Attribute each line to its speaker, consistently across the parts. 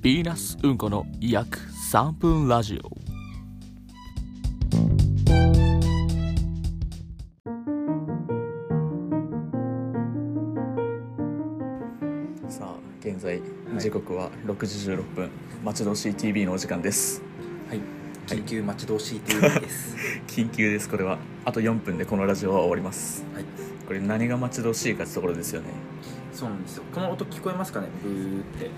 Speaker 1: ヴィーナスうんこの約3分ラジオさあ現在時刻は6時16分、待ち遠しい TV のお時間です
Speaker 2: はい、緊急待ち遠しい TV です。
Speaker 1: 緊急ですこれはあと4分でこのラジオは終わります
Speaker 2: はい、
Speaker 1: これ何が待ち遠しいかってところですよね
Speaker 2: そうなんですよ。この音聞こえますかね、ブーって。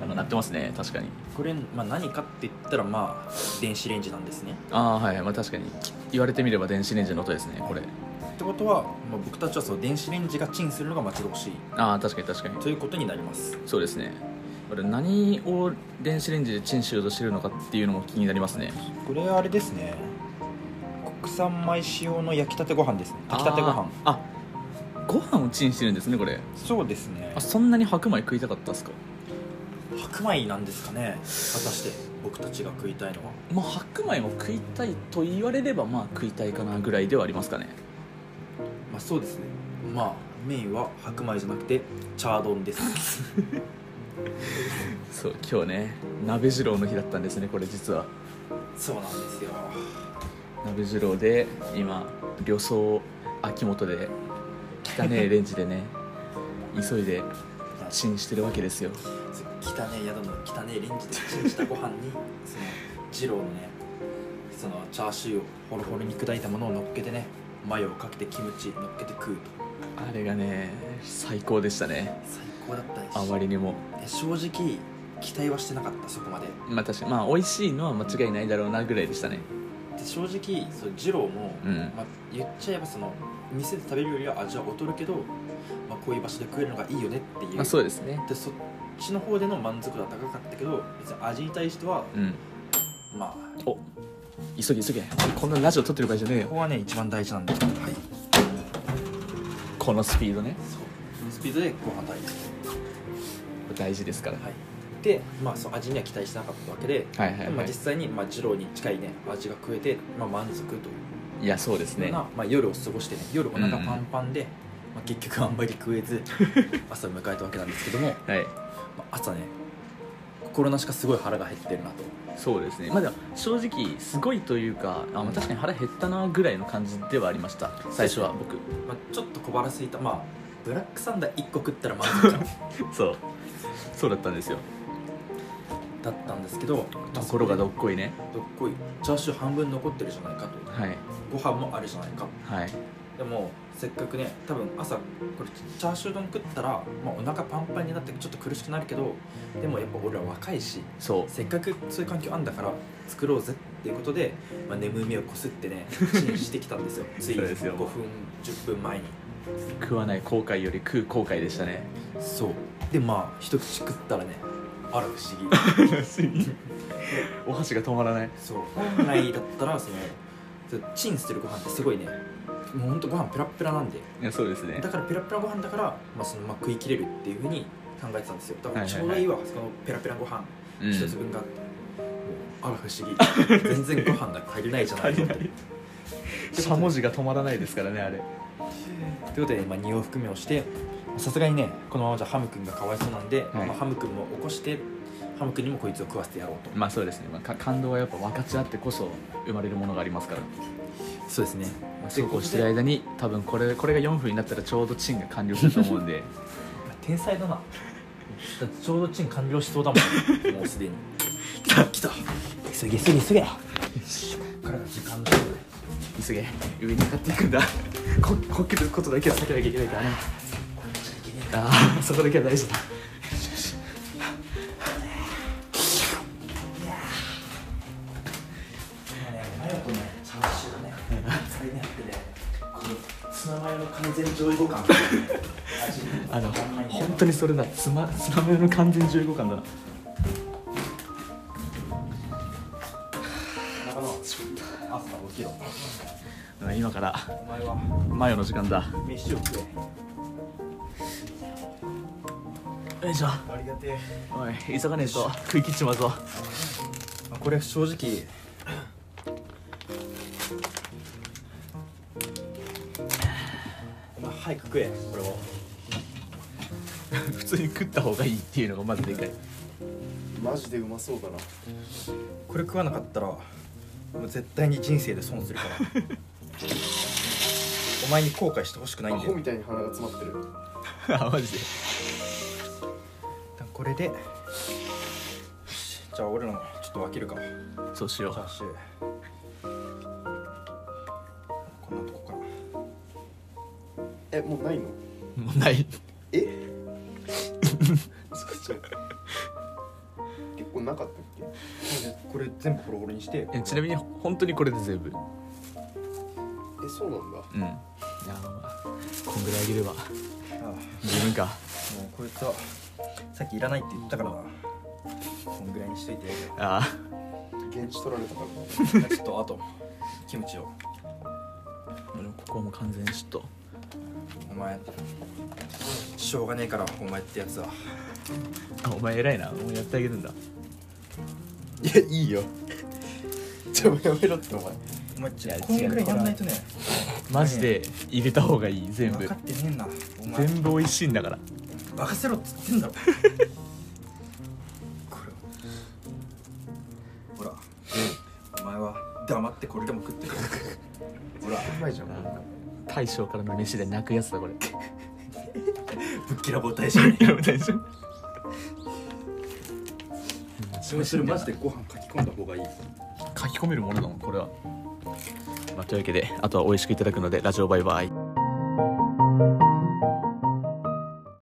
Speaker 1: なんか鳴ってますね確かに
Speaker 2: これ、まあ、何かって言ったら、まあ、電子レンジなんですね。
Speaker 1: ああはいはいまあ確かに言われてみれば電子レンジの音ですねこれ
Speaker 2: ってことは、まあ、僕たちはその電子レンジがチンするのが待ち遠しい
Speaker 1: ああ確かに確かに
Speaker 2: ということになります。
Speaker 1: そうですねこれ何を電子レンジでチンしようとしてるのかっていうのも気になりますね
Speaker 2: これはあれですね。国産米使用の焼きたてご飯ですね。炊きたてご飯。
Speaker 1: あーあご飯をチンしてるんですねこれ
Speaker 2: そうですね
Speaker 1: あ。そんなに白米食いたかったっすか
Speaker 2: 白米なんですかね。果たして僕たちが食いたいのは。
Speaker 1: まあ白米も食いたいと言われればまあ食いたいかなぐらいではありますかね
Speaker 2: まあそうですねまあメインは白米じゃなくてチャードンです
Speaker 1: そう今日ね鍋二郎の日だったんですねこれ実は
Speaker 2: そうなんですよ
Speaker 1: 鍋二郎で今旅装秋元で汚ねえレンジで ね急いでチンしてるわけですよ
Speaker 2: 汚ねえ宿の汚ねえレンジでチンしたご飯にその二郎のねそのチャーシューをホロホロに砕いたものを乗っけてねマヨをかけてキムチ乗っけて食うと
Speaker 1: あれがね最高でしたね
Speaker 2: 最高だったし
Speaker 1: あまりにも
Speaker 2: え正直期待はしてなかったそこまで
Speaker 1: まあ確かにまあ美味しいのは間違いないだろうなぐらいでしたね
Speaker 2: で正直そう二郎も、
Speaker 1: うん
Speaker 2: まあ、言っちゃえばその店で食べるよりは味は劣るけど、まあ、こういう場所で食えるのがいいよねっていう
Speaker 1: まあそうですね
Speaker 2: でそっちの方での満足度は高かったけど別に味に対しては
Speaker 1: うん
Speaker 2: まあ
Speaker 1: お急げ急げこんなラジオ撮ってる場合じゃねえよ
Speaker 2: ここはね一番大事なんで、はい、
Speaker 1: このスピードね
Speaker 2: そうスピードでご飯炊いて、
Speaker 1: 大事ですから
Speaker 2: はい、で、まあ、そう味には期待してなかったわけで、
Speaker 1: はいはい
Speaker 2: ま
Speaker 1: は
Speaker 2: あ、実際に、まあ、二郎に近いね味が食えて、まあ、満足という
Speaker 1: いいやそうです
Speaker 2: よ
Speaker 1: ね
Speaker 2: うな、まあ、夜を過ごしてね夜お腹パンパンで、まあ、結局あんまり食 えず朝を迎えたわけなんですけども、
Speaker 1: はい
Speaker 2: まあ、朝ね心なしかすごい腹が減ってるなと
Speaker 1: そうですねまあでも正直すごいというかあ、まあ、確かに腹減ったなぐらいの感じではありました最初は 僕
Speaker 2: まあ、ちょっと小腹すいたまあブラックサンダー1個食ったら満足じゃ ん
Speaker 1: そうそうだったんですよ
Speaker 2: だったんですけど
Speaker 1: ところがどっこいね
Speaker 2: どっこいチャーシュー半分残ってるじゃないかと
Speaker 1: はい
Speaker 2: ご飯もあるじゃないか
Speaker 1: はい
Speaker 2: でもせっかくね多分朝これチャーシュー丼食ったら、まあ、お腹パンパンになってちょっと苦しくなるけどでもやっぱ俺は若いし
Speaker 1: そ
Speaker 2: せっかくそういう環境あんだから作ろうぜっていうことで、まあ、眠みをこすってねチンしてきたんです よつい
Speaker 1: そう
Speaker 2: 5
Speaker 1: ですよ
Speaker 2: 分10分前
Speaker 1: う
Speaker 2: に
Speaker 1: 食わない後悔より食う後悔でしたね
Speaker 2: そうでまあ一口食ったらねあら不思議
Speaker 1: お箸が止まらない
Speaker 2: そう本来だったらそのそうチンしてるご飯ってすごいねもうほんとご飯ペラッペラなんで
Speaker 1: いやそうですね
Speaker 2: だからペラペラご飯だから、まあ、そのまま食い切れるっていうふうに考えてたんですよだから
Speaker 1: はい
Speaker 2: ち
Speaker 1: はい
Speaker 2: ょ
Speaker 1: はいう
Speaker 2: どいいわ、そのペラペラご飯
Speaker 1: うん
Speaker 2: 一つ分があって、もうあら不思議全然ご飯が足りないじゃない
Speaker 1: 足り
Speaker 2: か
Speaker 1: な
Speaker 2: って
Speaker 1: いしゃもじが止まらないですからねあれ
Speaker 2: ということで、まあ、2往復目をしてさすがにねこのままじゃハム君がかわいそうなんで、
Speaker 1: はい
Speaker 2: まあ、ハム君も起こしてハム君にもこいつを食わせてやろうと
Speaker 1: まあそうですね、まあ、か感動はやっぱ分かち合ってこそ生まれるものがありますから、
Speaker 2: そうですね
Speaker 1: まあ、そうこうしてる間に多分これこれが4分になったらちょうどチンが完了すると思うんで
Speaker 2: 天才だなだってちょうどチン完了しそう だもんもうすでに来た来た急げ急げ急げこっからが時間だよ
Speaker 1: 急げ上に向かっていくんだここけることだけは避けなきゃいけないからねああそこだけは大事だ
Speaker 2: 今ねマヨとねチャーシューがね使いに合ってねこのツナマヨの完全上位互換味に
Speaker 1: あの
Speaker 2: たまんないんだよ
Speaker 1: 本当にそれだつまつまめの完全15感だな
Speaker 2: なかなか朝起きろ
Speaker 1: うん今から
Speaker 2: お前は
Speaker 1: マヨの時間だ
Speaker 2: 飯を食え
Speaker 1: よいしょ
Speaker 2: ありがてえ
Speaker 1: おい急がねえと食い切っちまう ぞ
Speaker 2: まあこれ正直まあ早く食えこれを
Speaker 1: 普通に食った方がいいっていうのがまずでかい
Speaker 3: マジでうまそうだな
Speaker 2: これ食わなかったらもう絶対に人生で損するからお前に後悔してほしくない
Speaker 3: ア
Speaker 2: んだ
Speaker 3: ホ
Speaker 2: よ
Speaker 3: みたいに鼻が詰まってる
Speaker 1: あマジで
Speaker 2: これでよしじゃあ俺らもちょっと分けるか
Speaker 1: そうしよ
Speaker 2: チャ
Speaker 1: う
Speaker 2: ーシューこんなとこか
Speaker 3: えもうないの
Speaker 1: もうない
Speaker 3: え 嘘じゃん結構なかったっけ
Speaker 2: これ全部ホロホロにして
Speaker 1: えちなみに本当にこれで全部うんい
Speaker 3: えそうなんだ
Speaker 1: やまあこんぐらいあげれば
Speaker 2: ああもう
Speaker 1: 自分か
Speaker 2: こいつはさっきいらないって言ったからなこんぐらいにしといて
Speaker 1: あ
Speaker 3: 現地取られたからな
Speaker 2: ちょっとあとキムチを
Speaker 1: あでもここはもう完全にちょっと
Speaker 2: お前しょうがねえからお前ってやつは
Speaker 1: あお前偉いなもうやってあげるんだ
Speaker 3: いやい いよじゃあやめろってお前
Speaker 2: お前ち
Speaker 1: いや
Speaker 2: こんぐらいやんないとね
Speaker 1: マジで入れた方がいい全部
Speaker 2: 分かってねえんだお前
Speaker 1: 全部美味しいんだから
Speaker 2: 任せろっつって んだろこれほらお前は黙ってこれでも食ってるほら
Speaker 3: うまいじゃん
Speaker 1: 大将からの飯で泣くやつだこれ
Speaker 2: ぶっきらぼう大将に
Speaker 1: 大将
Speaker 2: それマジでご飯書き込んだ方がいい
Speaker 1: 書き込めるものだもんこれは、まあ、というわけであとは美味しくいただくのでラジオバイバイ